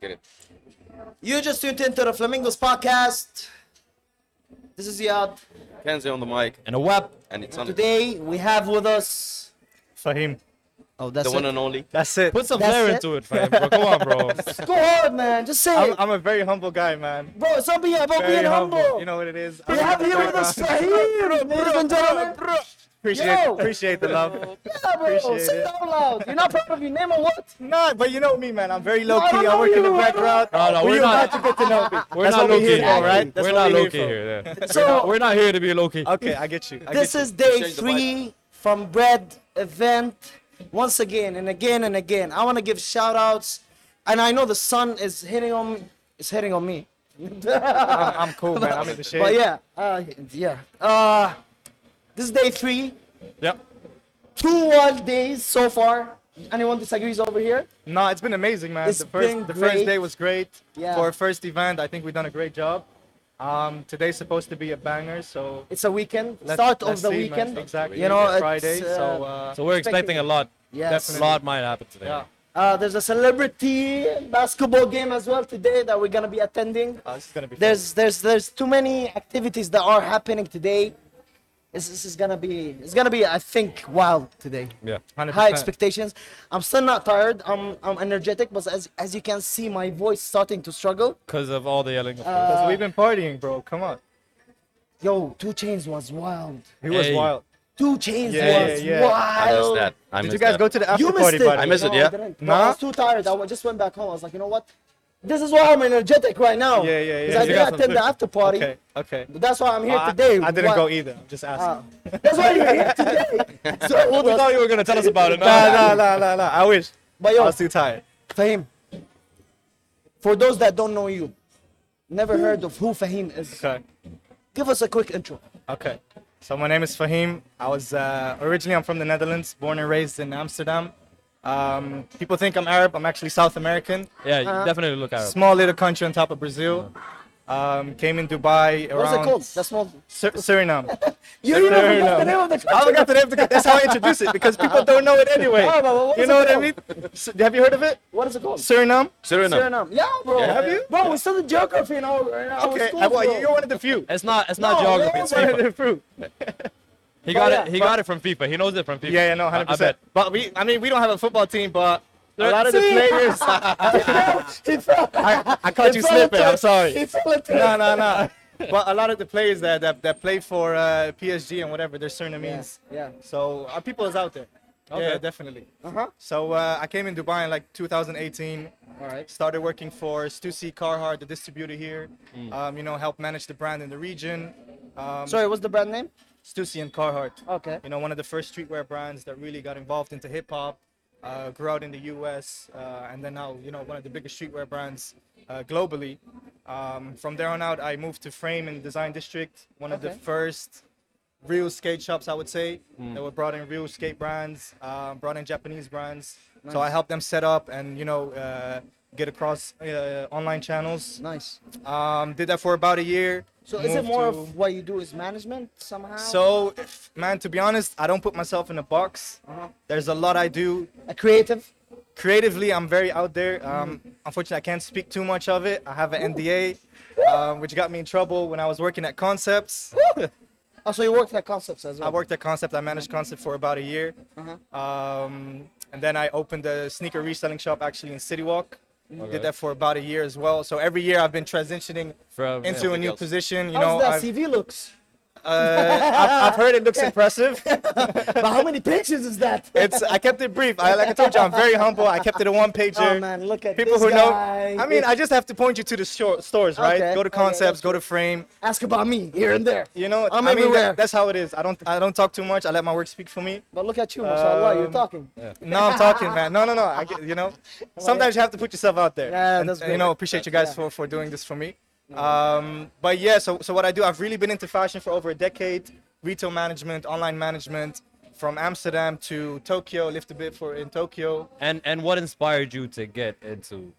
get it. You just tuned into the Flamingos podcast. This is Yad, Kenzie on the mic, and a web. and it's on Today we have with us. Fahim. Oh, that's the one it. and only. That's it. Put some That's flair it? into it, Fahim. Bro. Go on, bro. Go hard, man. Just say I'm, it, I'm a very humble guy, man. bro. It's not being about Very being humble. You know what it is. we have here with us Fahim, ladies and gentlemen. Appreciate, Yo. appreciate the love. Yeah, bro. Appreciate Say it it. out loud. You're not proud of your name or what? Nah, but you know me, man. I'm very low No, I don't key. I know work in the you. I don't- background. No, no, But we're you're not- about to get to know me. We're That's not what low we key here, here. for, right? That's we're what not we low key for. here. yeah. So- we're, not, we're not here to be low key. Okay, I get you. I This get is day Change the three from Bread event once again and again and again. I want to give shout outs, and I know the sun is hitting on me. It's hitting on me. you. I'm, I'm cool, man. I'm in the shade. But yeah, uh, yeah. Uh, this is day three, Yep. two one days so far. Anyone disagrees over here? No, it's been amazing, man. It's the first been the great. first day was great. Yeah. For a first event, I think we've done a great job. Um, today's supposed to be a banger, so It's a weekend, let's- start of let's the see, man. weekend. Exactly. You know, It's Friday, it's, so uh, uh, So we're Expecting- expecting a lot. Yes. A lot might happen today. yeah. Uh, there's a celebrity basketball game as well today that we're gonna be attending. Uh, this is gonna be fun. There's there's there's too many activities that are happening today. This, this is gonna be it's gonna be I think wild today. Yeah. 100%. High expectations. I'm still not tired. I'm I'm energetic, but as as you can see, my voice starting to struggle. Because of all the yelling. Of Uh, Because we've been partying, bro. Come on. Yo, Two Chains was wild. He was Hey. wild. Two Chains Yeah, was yeah, yeah. I missed wild. that. I Did missed you guys that. go to the after You missed party? it. buddy? I missed it, No, yeah? didn't. Nah. No, I was too tired. I wa- just went back home. I was like, you know what? This is why I'm energetic right now. Yeah, yeah, yeah. 'Cause I You didn't got attend something. the after party. Okay, okay. But that's why I'm here I- today. I, didn't Why- go either. I'm just asking. That's why you're here today. so, hold we on. thought you were going to tell us about it. No. Nah, nah, nah, nah, nah. I wish. But I yo, was too tired. Fahim, for those that don't know you, never heard of who Fahim is, Okay. give us a quick intro. Okay. So my name is Fahim. I was uh, originally I'm from the Netherlands, born and raised in Amsterdam. Um, people think I'm Arab. I'm actually South American. Yeah, you definitely look Arab. Small little country on top of Brazil. Um, came in Dubai around. What's it called? That's small. Sur- Suriname. You even Suriname. forgot the name of the I country. forgot the name of the country. That's how I introduce it because people don't know it anyway. Oh, but what you is know it what I called? mean? Su- have you heard of it? What is it called? Suriname. Suriname. Suriname. Yeah, bro. Yeah. Have you? Bro, we still the geography in our, in our Okay. school, I- well, bro. you're one of the few. It's not It's not No, geography. yeah, It's yeah. FIFA. One of the few. He got yeah. it. He got it from FIFA. He knows it from FIFA. Yeah, yeah, no, I- I hundred percent. bet. But we, I mean, we don't have a football team, but a lot of the See? players. He fell- I, I caught he you fell slipping. into I'm it. He sorry. fell into No, it. no, no. But a lot of the players that that, that play for uh, PSG and whatever, they're Surinamese. Yeah. So our people is out there. Yeah, Okay. definitely. Uh huh. So uh, I came in Dubai in like 2018. All right. Started working for Stussy Carhartt, the distributor here. Um, you know, help manage the brand in the region. Um, Sorry, what's the brand name? Stussy and Carhartt. Okay. you know, one of the first streetwear brands that really got involved into hip hop, uh, grew out in the U.S., uh, and then now, you know, one of the biggest streetwear brands uh, globally. Um, from there on out, I moved to Frame in Design District, one of Okay. Mm. the first real skate shops, I would say, that were brought in real skate brands, um, brought in Japanese brands. So I helped them set up and, you know, uh, get across uh, online channels. Nice. Um, did that for about a year. So is it moved more to- of what you do is management somehow? so, if- man, to be honest, I don't put myself in a box. Uh-huh. There's a lot I do. a creative. Creatively, I'm very out there. Um, Unfortunately, I can't speak too much of it. I have an NDA, um, which got me in trouble when I was working at Concepts. Oh, so you worked at concepts as well. I worked at Concept. I managed Concept for about a year. Um, and then I opened a sneaker reselling shop actually in City Walk. Okay. Did that for about a year as well. So every year I've been transitioning From, into a yeah. new else. position. You How's know, that I've, CV looks? uh, I've, I've heard it looks impressive. but how many pictures is that? It's I kept it brief. I like I told you, I'm very humble. I kept it a one pager. oh man, look at People this who guy. know, I mean, I just have to point you to the short stores, right? Okay, Go to okay, that's concepts, go to frame. ask about me here and there. You know, I'm I mean, everywhere. that, that's how it is. I don't, I don't talk too much. I let my work speak for me. But look at you, mashallah, you're Um, talking. No, I'm talking, man. No, no, no. I get, you know, sometimes you have to put yourself out there. Yeah, And, that's You know, great. appreciate you guys Yeah. for for doing this for me. Um, but yeah, so so what I do, I've really been into fashion for over a decade. Retail management, online management, from Amsterdam to Tokyo. Lived a bit for in Tokyo. And and what inspired you to get into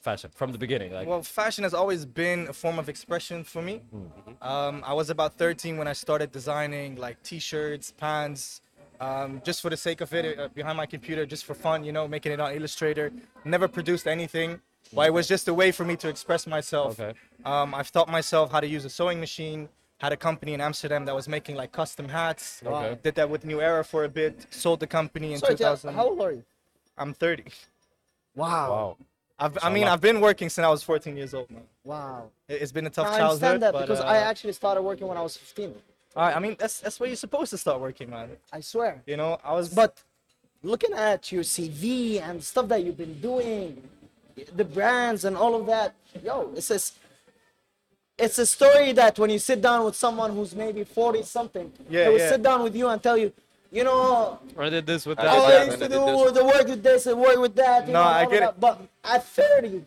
fashion from the beginning? Like Well, fashion has always been a form of expression for me. Mm-hmm. Um, I was about 13 when I started designing like t-shirts, pants, um, just for the sake of it, uh, behind my computer, just for fun, you know, making it on Illustrator. Never produced anything. But it was just a way for me to express myself. Okay. Um, I've taught myself how to use a sewing machine. Had a company in Amsterdam that was making like custom hats. Okay. Did that with New Era for a bit. Sold the company in Sorry, Jal, 2000. how old are you? I'm 30. oh. Wow. Wow. I've, I a mean, lot. I've been working since I was 14 years old, man. Wow. It- It's been a tough I childhood. understand that but, because uh, I actually started working when I was 15. I I mean, that's that's where you're supposed to start working, man. I swear. You know, I was. But looking at your CV and stuff that you've been doing, The brands and all of that. Yo, it's a, s- it's a story that when you sit down with someone who's maybe 40 something, Yeah, they will yeah. sit down with you and tell you, you know, I did this with I that. did all that I used and to I did do this. was the work with this and work with that. you No, know, I all of get that. it. But at 30,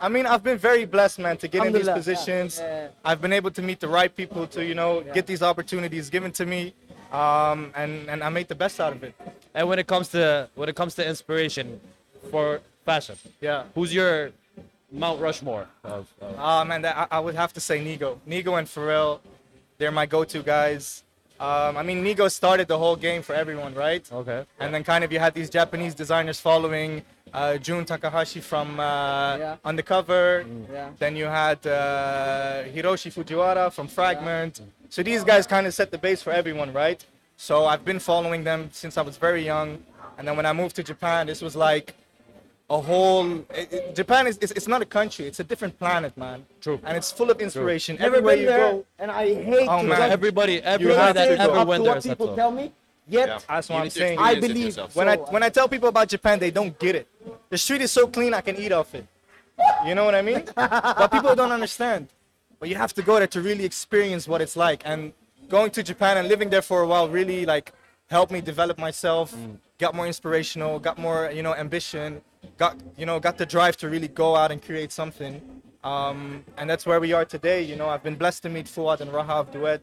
I mean, I've been very blessed, man, to get in these Alhamdulillah, yeah, positions. yeah. I've been able to meet the right people to, you know, get these opportunities given to me, um, and and I made the best out of it. And when it comes to when it comes to inspiration for fashion, Yeah. who's your Mount Rushmore of, of Ah, man, that, I, I would have to say Nigo. Nigo and Pharrell, they're my go-to guys. Um, I mean, Nigo started the whole game for everyone, right? Okay. And then kind of you had these Japanese designers following uh, Jun Takahashi from uh, Yeah. Undercover. yeah. Then you had uh, Hiroshi Fujiwara from Fragment. So these guys kind of set the base for everyone, right? So I've been following them since I was very young. And then when I moved to Japan, this was like a whole. it- it- Japan is it's, it's not a country; it's a different planet, man. True. And it's full of inspiration. never Everywhere been you there, go, and I hate Oh, to man. judge everybody everybody have that to go. ever up to went there what is up people to- tell me, yet Yeah. that's what You I'm need to saying. experience I it believe- yourself. when I So, when I tell people about Japan, they don't get it. The street is so clean, I can eat off it. You know what I mean? but people don't understand. But you have to go there to really experience what it's like. And going to Japan and living there for a while really like helped me develop myself, got more inspirational, got more you know ambition, got you know got the drive to really go out and create something. Um, and that's where we are today. You know, I've been blessed to meet Fuad and Raha of Duet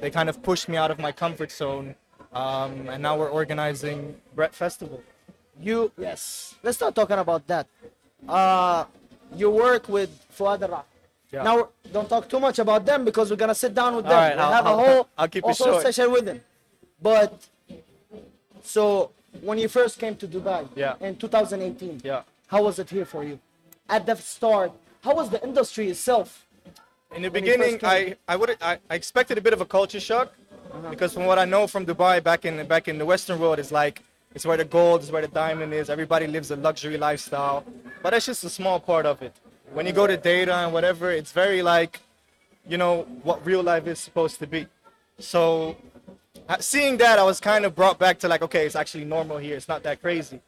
they kind of pushed me out of my comfort zone. Um, and now we're organizing Brett Festival. you Yes. let's start talking about that. Uh, you work with Fuad Ra. Yeah. Now, don't talk too much about them because we're gonna sit down with them. right, we'll I'll- have I'll- a whole I'll keep it also short. session with them. But so when you first came to Dubai Yeah. in 2018, Yeah. how was it here for you? At the start, how was the industry itself? In the When you first beginning, came. Uh-huh. I, I would I, I expected a bit of a culture shock because from what I know from Dubai back in back in the Western world is like it's where the gold is where the diamond is. Everybody lives a luxury lifestyle, but that's just a small part of it. When you go to data and whatever, it's very like you know what real life is supposed to be. So ha- seeing that, I was kind of brought back to like, okay, it's actually normal here. It's not that crazy.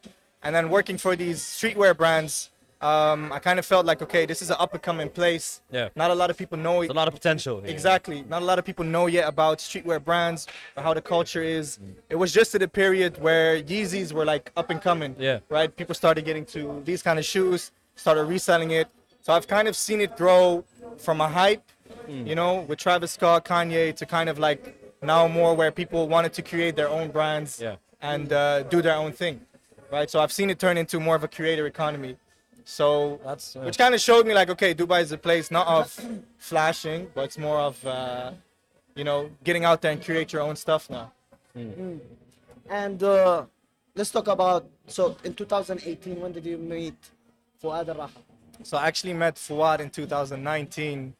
And then working for these streetwear brands, um, I kind of felt like, okay, this is an up and coming place. Yeah. Not a lot of people know it. There's a lot of potential. here. Exactly. Not a lot of people know yet about streetwear brands or how the culture is. It was just at a period where Yeezys were like up and coming. Yeah. Right? People started getting to these kind of shoes, started reselling it. So I've kind of seen it grow from a hype, Hmm. you know, with Travis Scott, Kanye, to kind of like now more where people wanted to create their own brands Yeah. and uh, do their own thing. Right? So I've seen it turn into more of a creator economy. So That's, uh, which kind of showed me like, okay, Dubai is a place not of flashing, but it's more of, uh, you know, getting out there and create your own stuff now. And uh, let's talk about so in 2018, when did you meet Fuad Ra? So I actually met Fuad in 2019.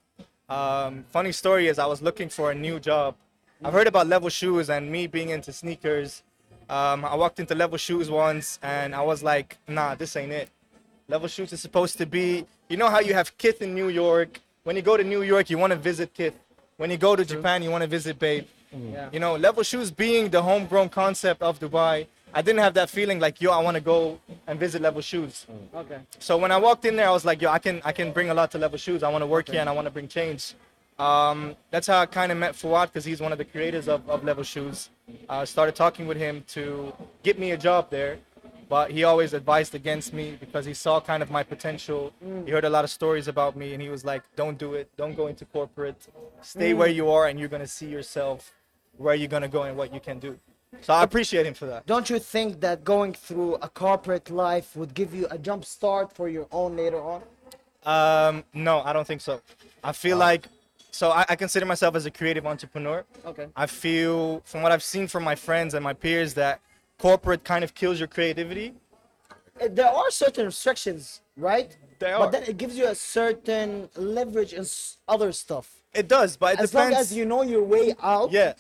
Um, funny story is I was looking for a new job. I've heard about Level Shoes and me being into sneakers. Um, I walked into Level Shoes once and I was like, nah, this ain't it. Level Shoes is supposed to be, you know how you have Kith in New York. When you go to New York, you want to visit Kith. When you go to Japan, you want to visit Babe. Yeah. You know, Level Shoes being the homegrown concept of Dubai, I didn't have that feeling like, yo, I want to go and visit Level Shoes. Okay. So when I walked in there, I was like, yo, I can I can bring a lot to Level Shoes. I want to work here and I want to bring change. Um, that's how I kind of met Fuad because he's one of the creators of, of Level Shoes. Uh, started talking with him to get me a job there, but he always advised against me because he saw kind of my potential. He heard a lot of stories about me and he was like, don't do it. Don't go into corporate. Stay where you are and you're going to see yourself where you're going to go and what you can do. So I appreciate him for that. Don't you think that going through a corporate life would give you a jump start for your own later on? Um, no, I don't think so. I feel like so I, I consider myself as a creative entrepreneur. Okay. I feel from what I've seen from my friends and my peers that corporate kind of kills your creativity. uh, there are certain restrictions, right? There But are. then it gives you a certain leverage in s- other stuff. It does, but it as depends. long as you know your way out. yeah.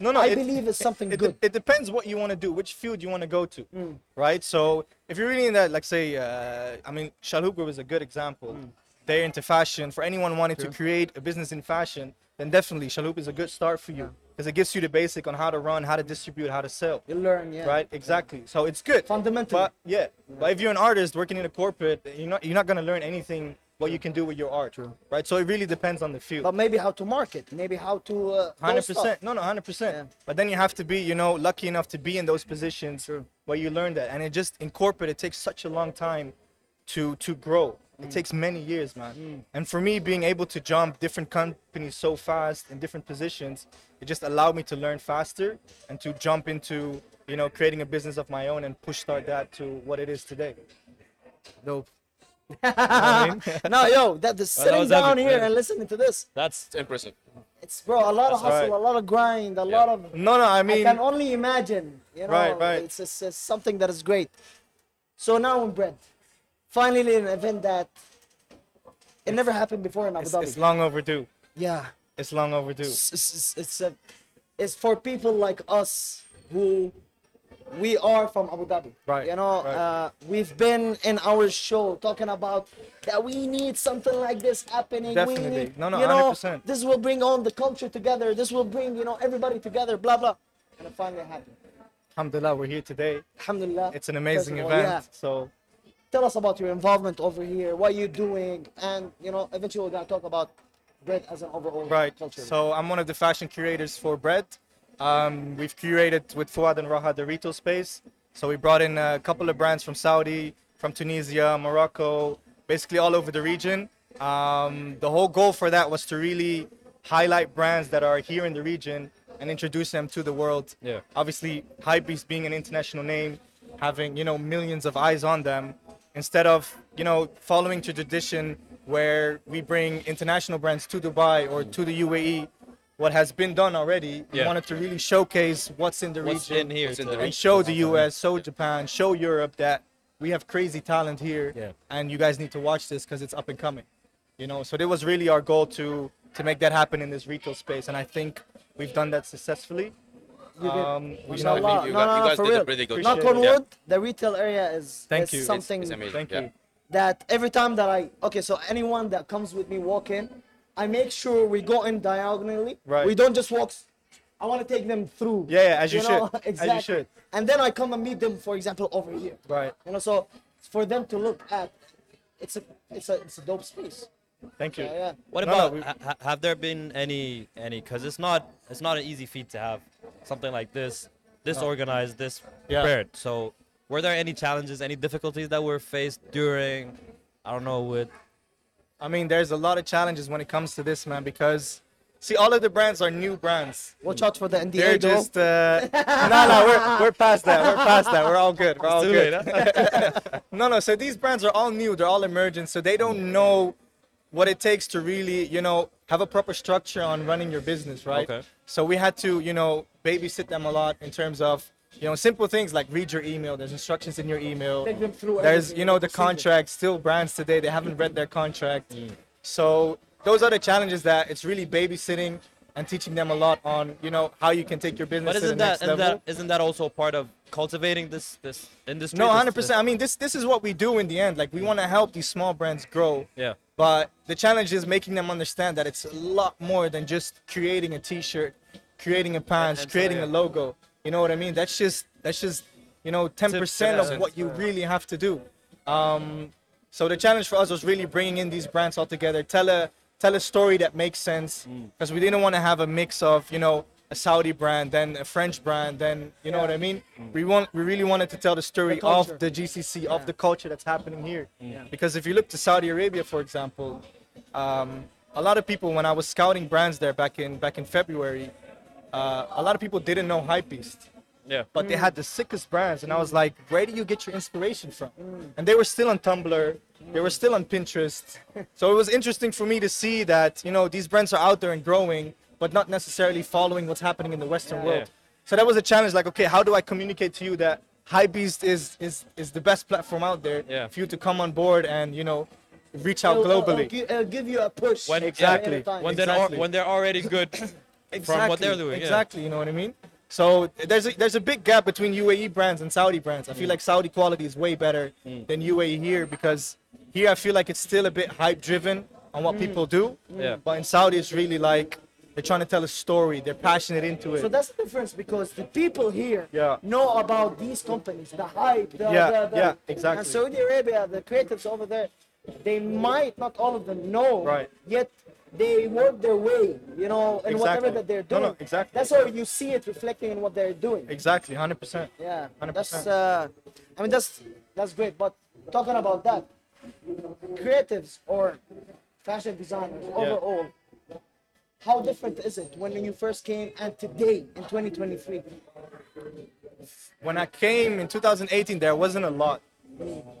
No, no. I it- believe it's something it, de- good. It depends what you want to do, which field you want to go to, Mm. right? So if you're really in that, like say, uh, I mean, Shalhoub Group is a good example. Mm. They're into fashion. For anyone wanting to create a business in fashion, then definitely Shalhoub is a good start for you because it gives you the basic on how to run, how to distribute, how to sell. You learn, yeah. Right, exactly. So it's good. Fundamentally. But yeah, but if you're an artist working in a corporate, you're not you're not gonna learn anything what you can do with your art. Right. So it really depends on the field. But maybe how to market, maybe how to. Uh, Hundred those stuff. percent. No, no, hundred percent. But then you have to be, you know, lucky enough to be in those positions where you learn that, and it just in corporate it takes such a long time to to grow. It takes many years, man. And for me, being able to jump different companies so fast in different positions, it just allowed me to learn faster and to jump into, you know, creating a business of my own and push start that to what it is today. Dope. no, yo, that the sitting was down epic, here man. and listening to this, That's It's impressive. it's bro, a lot of That's hustle, right. a lot of grind, a lot of. No, no, I I mean, can only imagine. You know, Right, right. It's, it's, it's something that is great. So now in bread, finally an event that it never happened before in Abu it's, Dhabi. it's long overdue. yeah, It's long overdue. it's it's, it's, a, it's for people like us who we are from Abu Dhabi. Right, You know, right. Uh, we've been in our show talking about that we need something like this happening. Definitely. We need, No, no, you know, 100%. This will bring on the culture together. This will bring you know everybody together. Blah blah. And it finally happened. Alhamdulillah, we're here today. Alhamdulillah. It's an First amazing of all, event. yeah. So Tell us about your involvement over here, what you're doing, and you know, eventually we're gonna talk about bread as an overall Right. culture. So I'm one of the fashion curators for Bread. Um, we've curated with Fuad and Raha the retail space. So we brought in a couple of brands from Saudi, from Tunisia, Morocco, basically all over the region. Um, the whole goal for that was to really highlight brands that are here in the region and introduce them to the world. Yeah. Obviously, Hypebeast being an international name, having you know millions of eyes on them, instead of you know following to tradition where we bring international brands to Dubai or to the UAE, what has been done already. We Yeah. wanted to really showcase what's in the what's region in here. What's in to- the and show the US, show Japan, show Europe that we have crazy talent here, Yeah. and you guys need to watch this because it's up and coming. You know, so that was really our goal to to make that happen in this retail space, and I think we've done that successfully. You did. Um, No, we I know, believe no, you, no, guys, no, you guys for did real. a pretty good Knock job. on Yeah, wood, the retail area is, Thank is you. It's- something It's amazing. Thank yeah. you. that every time that I okay, so anyone that comes with me walk in, I make sure we go in diagonally. Right. We don't just walk. s- I want to take them through. Yeah, yeah, as you know? should, as you exactly. should. And then I come and meet them, for example, over here. Right. You know, so for them to look at, it's a it's a it's a dope space. Thank you. Yeah, yeah. What No, no, about we- ha- ha- have there been any any cuz it's not it's not an easy feat to have something like this this organized this Yeah. prepared. So were there any challenges any difficulties that were faced during I don't know with I mean, there's a lot of challenges when it comes to this, man, because see, all of the brands are new brands. Watch out for the NDA They're though. just uh, no, no. We're, we're past that. We're past that. We're all good. We're all Too good. late, huh? No, no. So these brands are all new. They're all emergent. So they don't know what it takes to really, you know, have a proper structure on running your business, right? Okay. So we had to, you know, babysit them a lot in terms of, you know, simple things like read your email. There's instructions in your email. Take them through There's, everything, you know, the procedure. contract. Still, brands today they haven't read their contract. So those are the challenges that it's really babysitting and teaching them a lot on, you know, how you can take your business But to the isn't next that, isn't level. that isn't that also part of cultivating this this industry? No, this- hundred this- percent. I mean, this this is what we do in the end. Like, we want to help these small brands grow. Yeah. But the challenge is making them understand that it's a lot more than just creating a T-shirt, creating a pants, and so, creating a yeah. logo. You know what I mean? That's just that's just you know ten percent of what you really have to do. Um, so the challenge for us was really bringing in these brands all together. Tell a tell a story that makes sense Mm. because we didn't want to have a mix of you know a Saudi brand, then a French brand, then you know what I mean. We want we really wanted to tell the story Mm. The of culture. the GCC, of the culture that's happening here. Because if you look to Saudi Arabia, for example, um, a lot of people when I was scouting brands there back in back in February, uh, a lot of people didn't know Hypebeast Yeah. but they had the sickest brands and i was like where do you get your inspiration from and they were still on tumblr they were still on pinterest so it was interesting for me to see that you know these brands are out there and growing but not necessarily following what's happening in the western Yeah. world Yeah. so that was a challenge like okay how do i communicate to you that Hypebeast is is is the best platform out there Yeah. for you to come on board and you know reach out It'll- it'll- globally. It'll, gi- it'll give you a push. When- at Exactly. any time. when Exactly. they're al- when they're already good from what they're doing. yeah. Exactly, you know what I mean? So there's a, there's a big gap between UAE brands and Saudi brands. Mm. I feel like Saudi quality is way better than UAE here because here I feel like it's still a bit hype driven on what people do. Mm. Yeah. But in Saudi it's really like they're trying to tell a story. They're passionate into it. So that's the difference because the people here Yeah. know about these companies, the hype, the, Yeah, the, the- yeah, exactly. And Saudi Arabia, the creatives over there, they might not all of them know, Right. Yet they work their way, you know, in whatever Exactly. that they're No, doing. no, exactly. That's how you see it reflecting in what they're doing. exactly, 100%. Yeah, 100%. that's. Uh, I mean, that's that's great. But talking about that, creatives or fashion designers overall, how different is it when you first came and today in 2023? when I came in 2018, there wasn't a lot.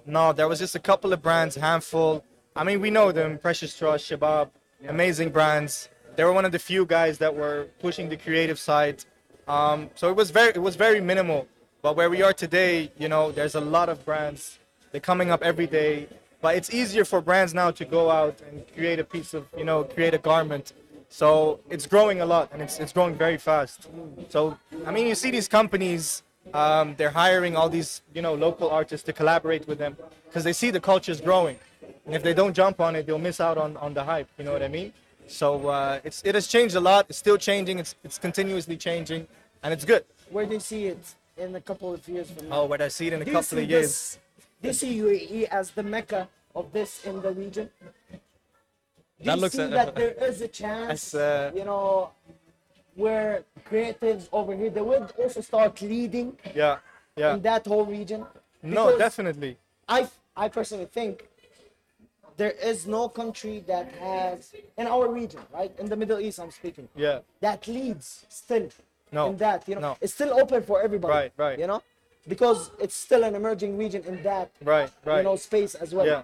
No, there was just a couple of brands, handful. I mean, we know them: Precious Trust, Shabab, amazing brands. They were one of the few guys that were pushing the creative side. Um, so it was very, it was very minimal. But where we are today, you know, there's a lot of brands. They're coming up every day. But it's easier for brands now to go out and create a piece of, you know, create a garment. So it's growing a lot and it's, it's growing very fast. So, I mean, you see these companies, um, they're hiring all these, you know, local artists to collaborate with them because they see the culture's growing. And if they don't jump on it, they'll miss out on, on the hype. You know what I mean? So uh, it's, it has changed a lot. It's still changing. It's, it's continuously changing and it's good. Where do you see it in a couple of years from now? Oh, but I see it in a do you couple see of years. this? Do you see UAE as the mecca of this in the region? Do That you looks see at- that there is a chance, That's, uh, you know, where creatives over here they would also start leading Yeah, yeah. in that whole region? No, Because definitely. I, I personally think there is no country that has in our region, right? In the Middle East, I'm speaking. Yeah. That leads still. No, In that, you know, no. it's still open for everybody. Right, right. You know, because it's still an emerging region in that. Right, right. You know, space as well. Yeah.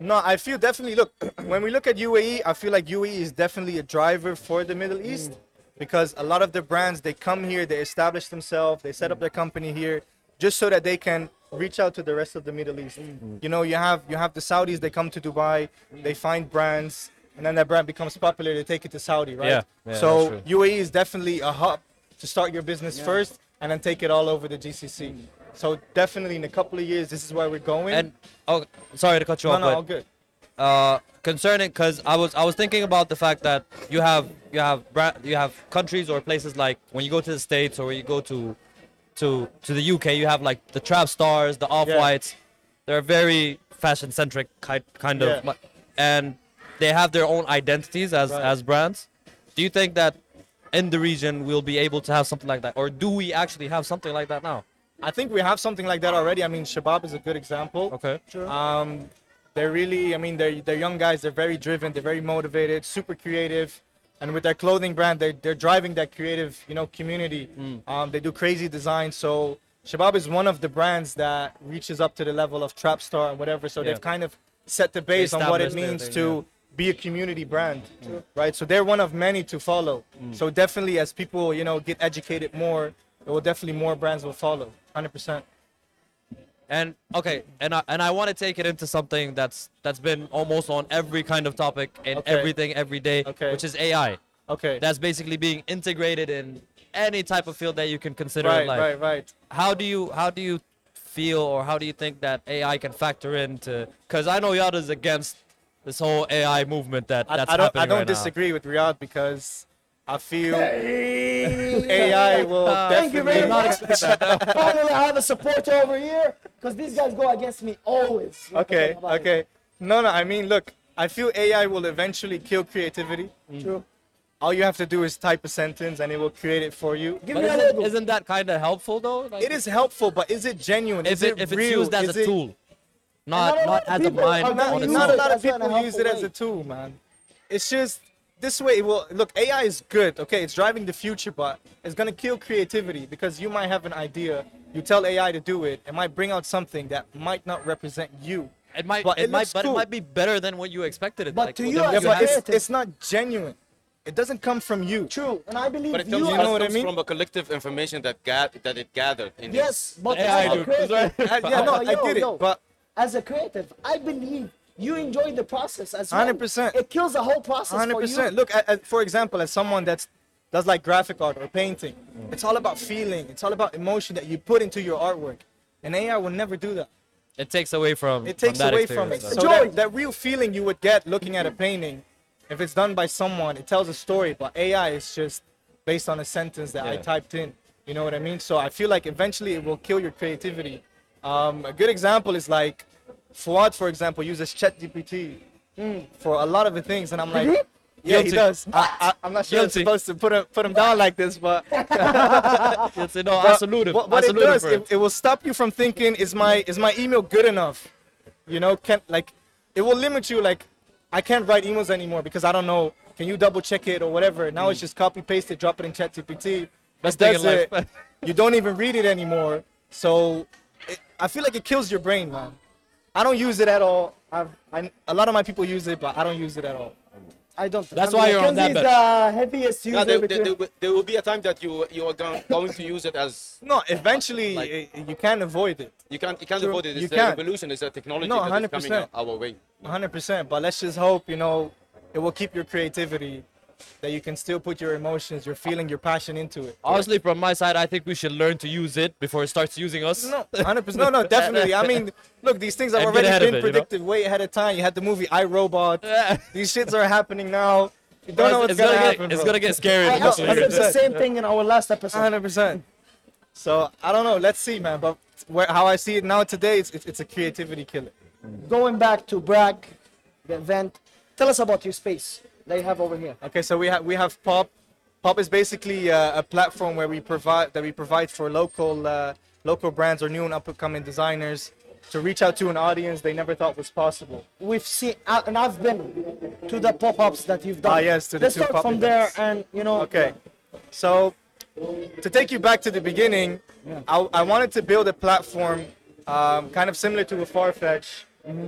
No, I feel definitely. Look, when we look at UAE, I feel like UAE is definitely a driver for the Middle East because a lot of the brands they come here, they establish themselves, they set up their company here, just so that they can reach out to the rest of the Middle East. You know, you have you have the Saudis. They come to Dubai, they find brands, and then that brand becomes popular. They take it to Saudi, right? Yeah, yeah, that's so true. UAE is definitely a hub to start your business first and then take it all over the GCC. So definitely in a couple of years, this is where we're going. And oh, sorry to cut you no, off, no, all but good. uh, concerning because I was I was thinking about the fact that you have you have bra- you have countries or places like when you go to the states or when you go to to to the UK you have like the trap stars the off whites they're very fashion centric ki- kind of Yeah. mu- and they have their own identities as Right. as brands do you think that in the region we'll be able to have something like that or do we actually have something like that now I think we have something like that already. I mean, Shabab is a good example. okay Um, they're really, I mean, they're, they're young guys. They're very driven. They're very motivated, super creative. And with their clothing brand, they're, they're driving that creative, you know, community. Mm. Um, they do crazy designs. So Shabab is one of the brands that reaches up to the level of Trap Star and whatever. So Yeah. they've kind of set the base on what it established their means thing, yeah. Mm. to be a community brand, right? So they're one of many to follow. So definitely, as people you know get educated more, it will definitely more brands will follow. Hundred percent. and okay and i and i want to take it into something that's that's been almost on every kind of topic and Okay. everything every day Okay. which is ai Okay. that's basically being integrated in any type of field that you can consider in right, life right, right. how do you how do you feel or how do you think that AI can factor into? Because I know Yada's against this whole AI movement that I, that's I don't, happening I don't right disagree with Riyadh because I feel AI will Thank you very definitely. much. Finally, I have a supporter over here because these guys go against me always. when I okay, talk about it. okay. No, no. I mean, look. I feel AI will eventually kill creativity. True. All you have to do is type a sentence, and it will create it for you. Give now. me But a isn't, logo. isn't that kind of helpful though? Like, It is helpful, but is it genuine? if is it, it, if it's real? used as Is a it- tool, not a lot not of as a people are mind gonna on use its not it a own. lot of as well in a people use it helpful as way. a tool, man. It's just this way. it Will look, AI is good. Okay, it's driving the future, but it's gonna kill creativity because you might have an idea. You tell AI to do it, it might bring out something that might not represent you. It might but it, it might looks but it cool. might be better than what you expected it. But like, to what you the- as Yeah, a have- but it's, creative. it's not genuine. It doesn't come from you. True, and I believe But it you. comes, You it know what I comes mean? from a collective information that ga- that it gathered. In the- yes, but AI as a dude. creative, I, yeah, no, no, I yo, get it, yo. but as a creative, I believe you enjoy the process as well. 100%. It kills the whole process hundred for you. percent. Look, at, at, for example, as someone that's does like graphic art or painting, it's all about feeling. It's all about emotion that you put into your artwork. And AI will never do that. It takes away from. It takes from that away from it. experience, So though. Joy. that, that real feeling you would get looking at a painting, if it's done by someone, it tells a story. But AI is just based on a sentence that I Yeah. typed in. You know what I mean? So I feel like eventually it will kill your creativity. Um, a good example is like Fuad, for example, uses ChatGPT for a lot of the things, and I'm like. Did he? Yeah, he Guilty. does. I, I, am not sure Guilty. I'm supposed to put him put him down like this, but It's- no, but I salute him. Uh, What, I what it salute him does, for it, it will stop you from thinking, is my is my email good enough? You know, can like, it will limit you. Like, I can't write emails anymore because I don't know. Can you double check it or whatever? Now it's just copy paste it, drop it in ChatGPT. Best It thing in does it. life. you don't even read it anymore. So, it, I feel like it kills your brain, man. I don't use it at all. I've, I, a lot of my people use it, but I don't use it at all. I don't. That's I mean, why you're on Kenzie that is the uh, heaviest user Yeah, there, there, between. there, will- there will be a time that you you are going, going to use it as No, eventually Like- it, you can't avoid it. you can't you can't True, avoid it. It's you the can't. evolution. It's the technology No, that is coming 100%. our way. 100% but let's just hope you know it will keep your creativity that you can still put your emotions your feeling your passion into it Honestly, from my side, I think we should learn to use it before it starts using us. no 100% no no definitely i mean look these things have And get already ahead of been it, you know? predicted way ahead of time you had the movie i robot Yeah. these shits are happening now you don't It's- know what's it's gonna, gonna happen Get, it's bro. gonna get scary. I eventually. said the 100%. same thing in our last episode. 100% so i don't know let's see man but where, how i see it now today it's, it's, it's a creativity killer Going back to Bragg, the event. Tell us about your space that you have over here. Okay, so we have we have Pop. Pop is basically uh, a platform where we provide that we provide for local uh, local brands or new and up and coming designers to reach out to an audience they never thought was possible. We've seen, uh, and I've been to the pop-ups that you've done. Ah, yes, to the Let's two start pop from there, events. and you know. Okay, so to take you back to the beginning, I, I wanted to build a platform um, kind of similar to a Farfetch,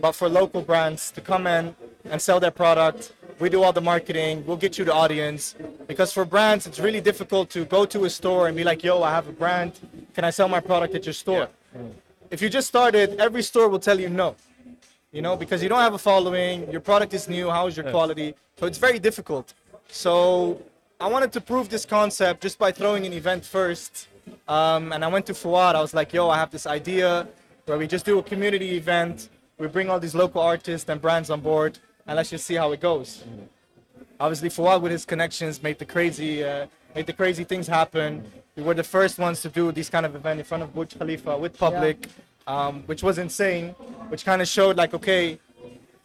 but for local brands to come in and sell their product. We do all the marketing, we'll get you the audience. Because for brands, it's really difficult to go to a store and be like, yo, I have a brand, can I sell my product at your store? If you just started, every store will tell you no. You know, because you don't have a following, your product is new, how is your quality? So it's very difficult. So I wanted to prove this concept just by throwing an event first. Um, and I went to Fuad. I was like, yo, I have this idea where we just do a community event. We bring all these local artists and brands on board, and let's just see how it goes. Obviously, Fuad with his connections made the crazy, uh, made the crazy things happen. We were the first ones to do these kind of event in front of Burj Khalifa with public, um, which was insane. Which kind of showed like, okay,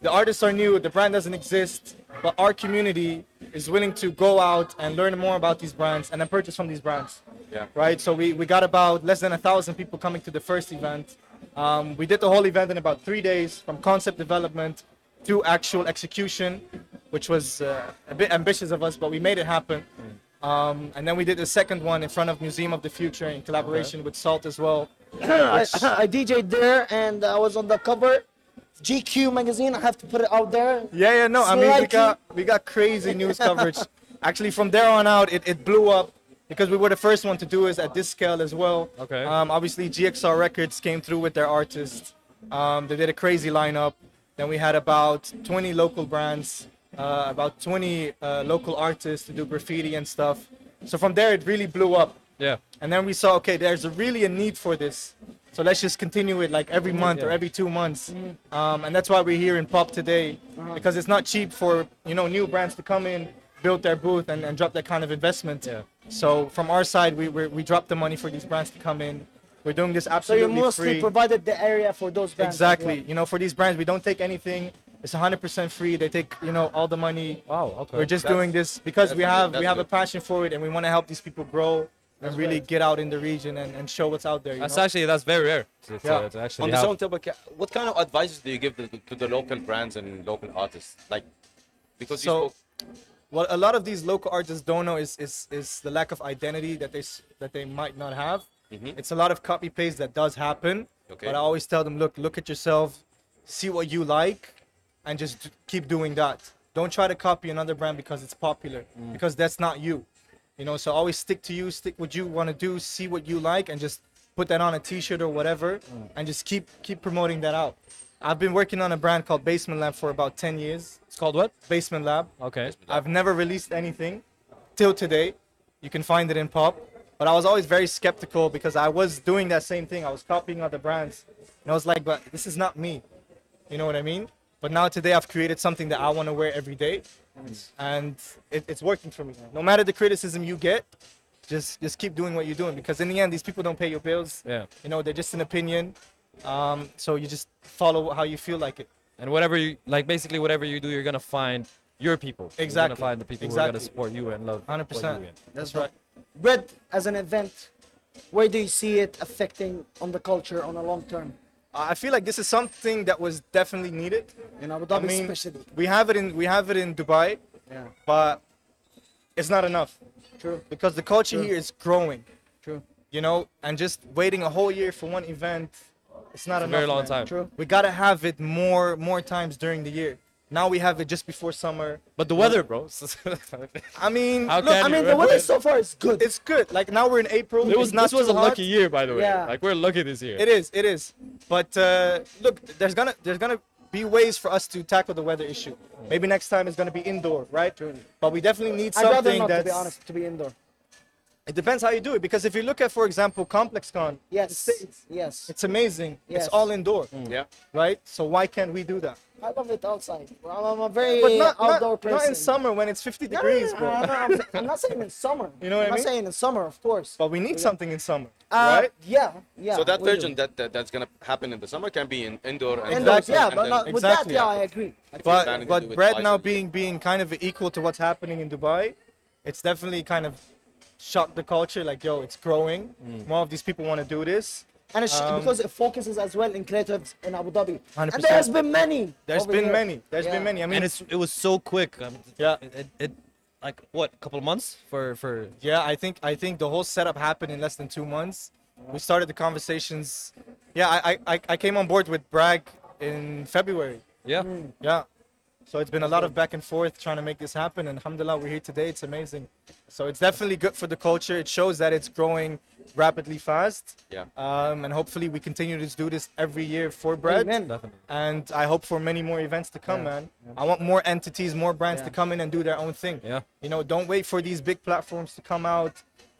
the artists are new, the brand doesn't exist, but our community is willing to go out and learn more about these brands and then purchase from these brands. Yeah. Right. So we, we got about less than a thousand people coming to the first event. Um, we did the whole event in about three days from concept development to actual execution, which was uh, a bit ambitious of us, but we made it happen. Um, and then we did the second one in front of Museum of the Future in collaboration with Salt as well. I, I DJ'd there, and I was on the cover, GQ magazine. I have to put it out there. Yeah, yeah, no. I mean, we Slightly. got we got crazy news coverage. Actually, from there on out, it, it blew up because we were the first one to do this at this scale as well. Okay. Um, obviously, GXR Records came through with their artists. Um, they did a crazy lineup. Then we had about 20 local brands, uh, about 20 uh, local artists to do graffiti and stuff. So from there, it really blew up. Yeah. And then we saw, okay, there's a really a need for this. So let's just continue it like every month or Yeah. every two months. Um, and that's why we're here in Pop today because it's not cheap for, you know, new brands to come in, build their booth and, and drop that kind of investment. Yeah. So from our side, we, we, we drop the money for these brands to come in. We're doing this So you absolutely mostly free. provided the area for those bands. as well. Exactly. You know, for these brands, we don't take anything. It's 100% free. They take, you know, all the money. Wow. Okay. We're just That's- doing this because we that's good, have we that's have a good. passion for it, and we want to help these people grow and really get out in the region and, and show what's out there. you that's know? actually that's very rare. To, to- Yeah. to On actually the have- song topic, what kind of advice do you give to, to the local brands and local artists? Like, because So- you spoke, what a lot of these local artists don't know is is, is the lack of identity that they s- that they might not have. It's a lot of copy paste that does happen. Okay. But I always tell them, look, look at yourself, see what you like, and just d- keep doing that. Don't try to copy another brand because it's popular, because that's not you. You know, so always stick to you, stick what you want to do, see what you like, and just put that on a T-shirt or whatever, and just keep keep promoting that out. I've been working on a brand called Basement Lab for about 10 years. It's called what? Basement Lab. Okay. I've never released anything till today. You can find it in pop. But I was always very skeptical because I was doing that same thing. I was copying other brands. And I was like, but this is not me. You know what I mean? But now today I've created something that I want to wear every day. And it, it's working for me. No matter the criticism you get, just just keep doing what you're doing because in the end these people don't pay your bills. Yeah. You know, they're just an opinion. Um, so you just follow how you feel like it. And whatever you like, basically whatever you do, you're gonna find your people. You're Exactly. gonna find the people who are gonna Exactly. support you and love. what 100%. you in. That's right. Bread as an event, where do you see it affecting on the culture on a long term? I feel like this is something that was definitely needed. In Abu I Dhabi mean, especially. we have it in we have it in Dubai, Yeah. but it's not enough True. because the culture here is growing, True. you know, and just waiting a whole year for one event, it's not It's a enough. very long man. time. True. We gotta have it more more times during the year. Now we have it just before summer. But the weather, bro. it I mean, How look, can I you, mean, right? the weather, Weather so far is good. it's good. Like now we're in April. It was not this was too a hot. lucky year, by the way. Yeah. Like we're lucky this year. It is. It is. But uh, look, there's gonna there's gonna be ways for us to tackle the weather issue. Maybe next time it's gonna be indoor, right? But we definitely need I'd rather something not, to that's. be honest, to be indoor. It depends how you do it because if you look at, for example, ComplexCon, Yes. It's- Yes. it's amazing. Yes. Mm. It's all indoor, Yeah. right? So why can't we do that? I love it outside. I'm, I'm a very But not outdoor not, person. not in summer when it's 50 No, no, no, degrees, no, bro. no, no, I'm, I'm not saying in summer. You know what I'm I not mean? saying in summer, of course. But we need something in summer, Uh, right? Yeah, yeah. So that we do. version that, that that's gonna happen in the summer can be in indoor and Indoor, outside yeah, and but then- not, with that, Exactly. yeah, I agree. I agree. planning to but do but it bread twice now a year. being being kind of equal to what's happening in Dubai, it's definitely kind of shocked the culture. Like yo, it's growing. Mm. More of these people want to do this. and it's um, because it focuses as well in creatives in Abu Dhabi. And 100%. there has been many. There's over been here. many. There's Yeah. been many. I mean, and it's it was so quick. Um, Yeah. It, it, it like what couple of months for for yeah, I think I think the whole setup happened in less than two months. We started the conversations. Yeah, I I, I- I came on board with Bragg in February. yeah. Mm. Yeah. So it's been a lot of back and forth trying to make this happen. And alhamdulillah, we're here today. It's amazing. So it's definitely good for the culture. It shows that it's growing rapidly fast. Yeah. Um, and hopefully we continue to do this every year for bread. Amen. Definitely. And I hope for many more events to come, man. I want more entities, more brands to come in and do their own thing. Yeah. You know, don't wait for these big platforms to come out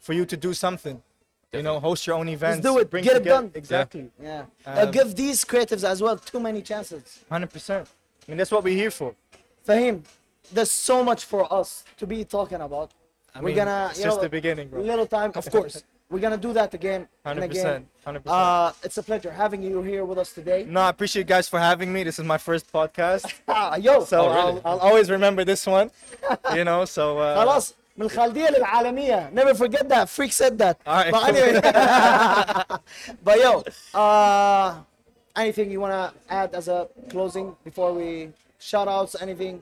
for you to do something. You know, host your own events. do it. Bring Get it together- done. Exactly. Yeah. Um, Uh, give these creatives as well too many chances. 100%. I mean, that's what we're here for. Fahim, there's so much for us to be talking about. We're mean, gonna, it's you just know, the beginning, bro. Little time, of course. We're gonna do that again and 100%. again. 100%. Uh, it's a pleasure having you here with us today. No, I appreciate you guys for having me. This is my first podcast, Ah, yo, so Oh, really? I'll, I'll always remember this one. You know, so uh, خلاص من الخالديه للعالميه never forget that freak said that Alright, but cool. anyway but yo uh anything you want to add as a closing before we shout outs anything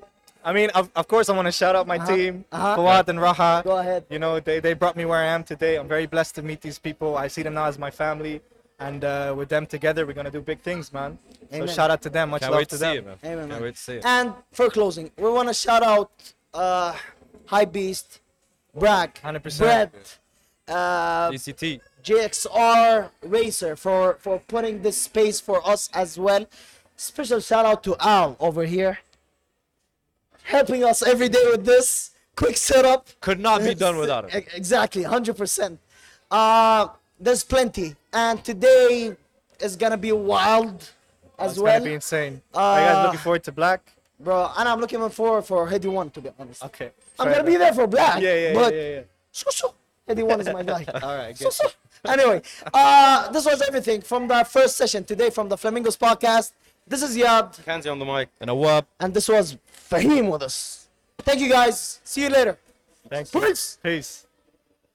I mean, of, of course, I want to shout out my team, uh-huh. Fawad and Raha. Go ahead. You know, they, they brought me where I am today. I'm very blessed to meet these people. I see them now as my family, and uh, with them together, we're gonna do big things, man. Amen. So shout out to them. Much Can't love wait to to them. see it, man. Amen, man. Can't wait to see it. and for closing we want to shout out uh high beast bragg 100%. brett uh DCT. JXR Racer for for putting this space for us as well. Special shout out to Al over here, helping us every day with this quick setup. Could not be done without him. E- Exactly, hundred percent. Uh, there's plenty, and today is gonna be wild as It's well, gonna be insane. Are you guys uh, looking forward to Black? bro. And I'm looking forward for Heady One to be honest. Okay. I'm fair gonna be enough. there for Black, Yeah, yeah, but yeah, yeah, yeah. so so. Heady One is my guy. All right. So, Good. so. Anyway, uh, this was everything from the first session today from the Flamingos podcast. This is Yab, Kanzi on the mic. And a whoop. and this was Fahim with us. Thank you guys. See you later. Thanks. Peace. Peace.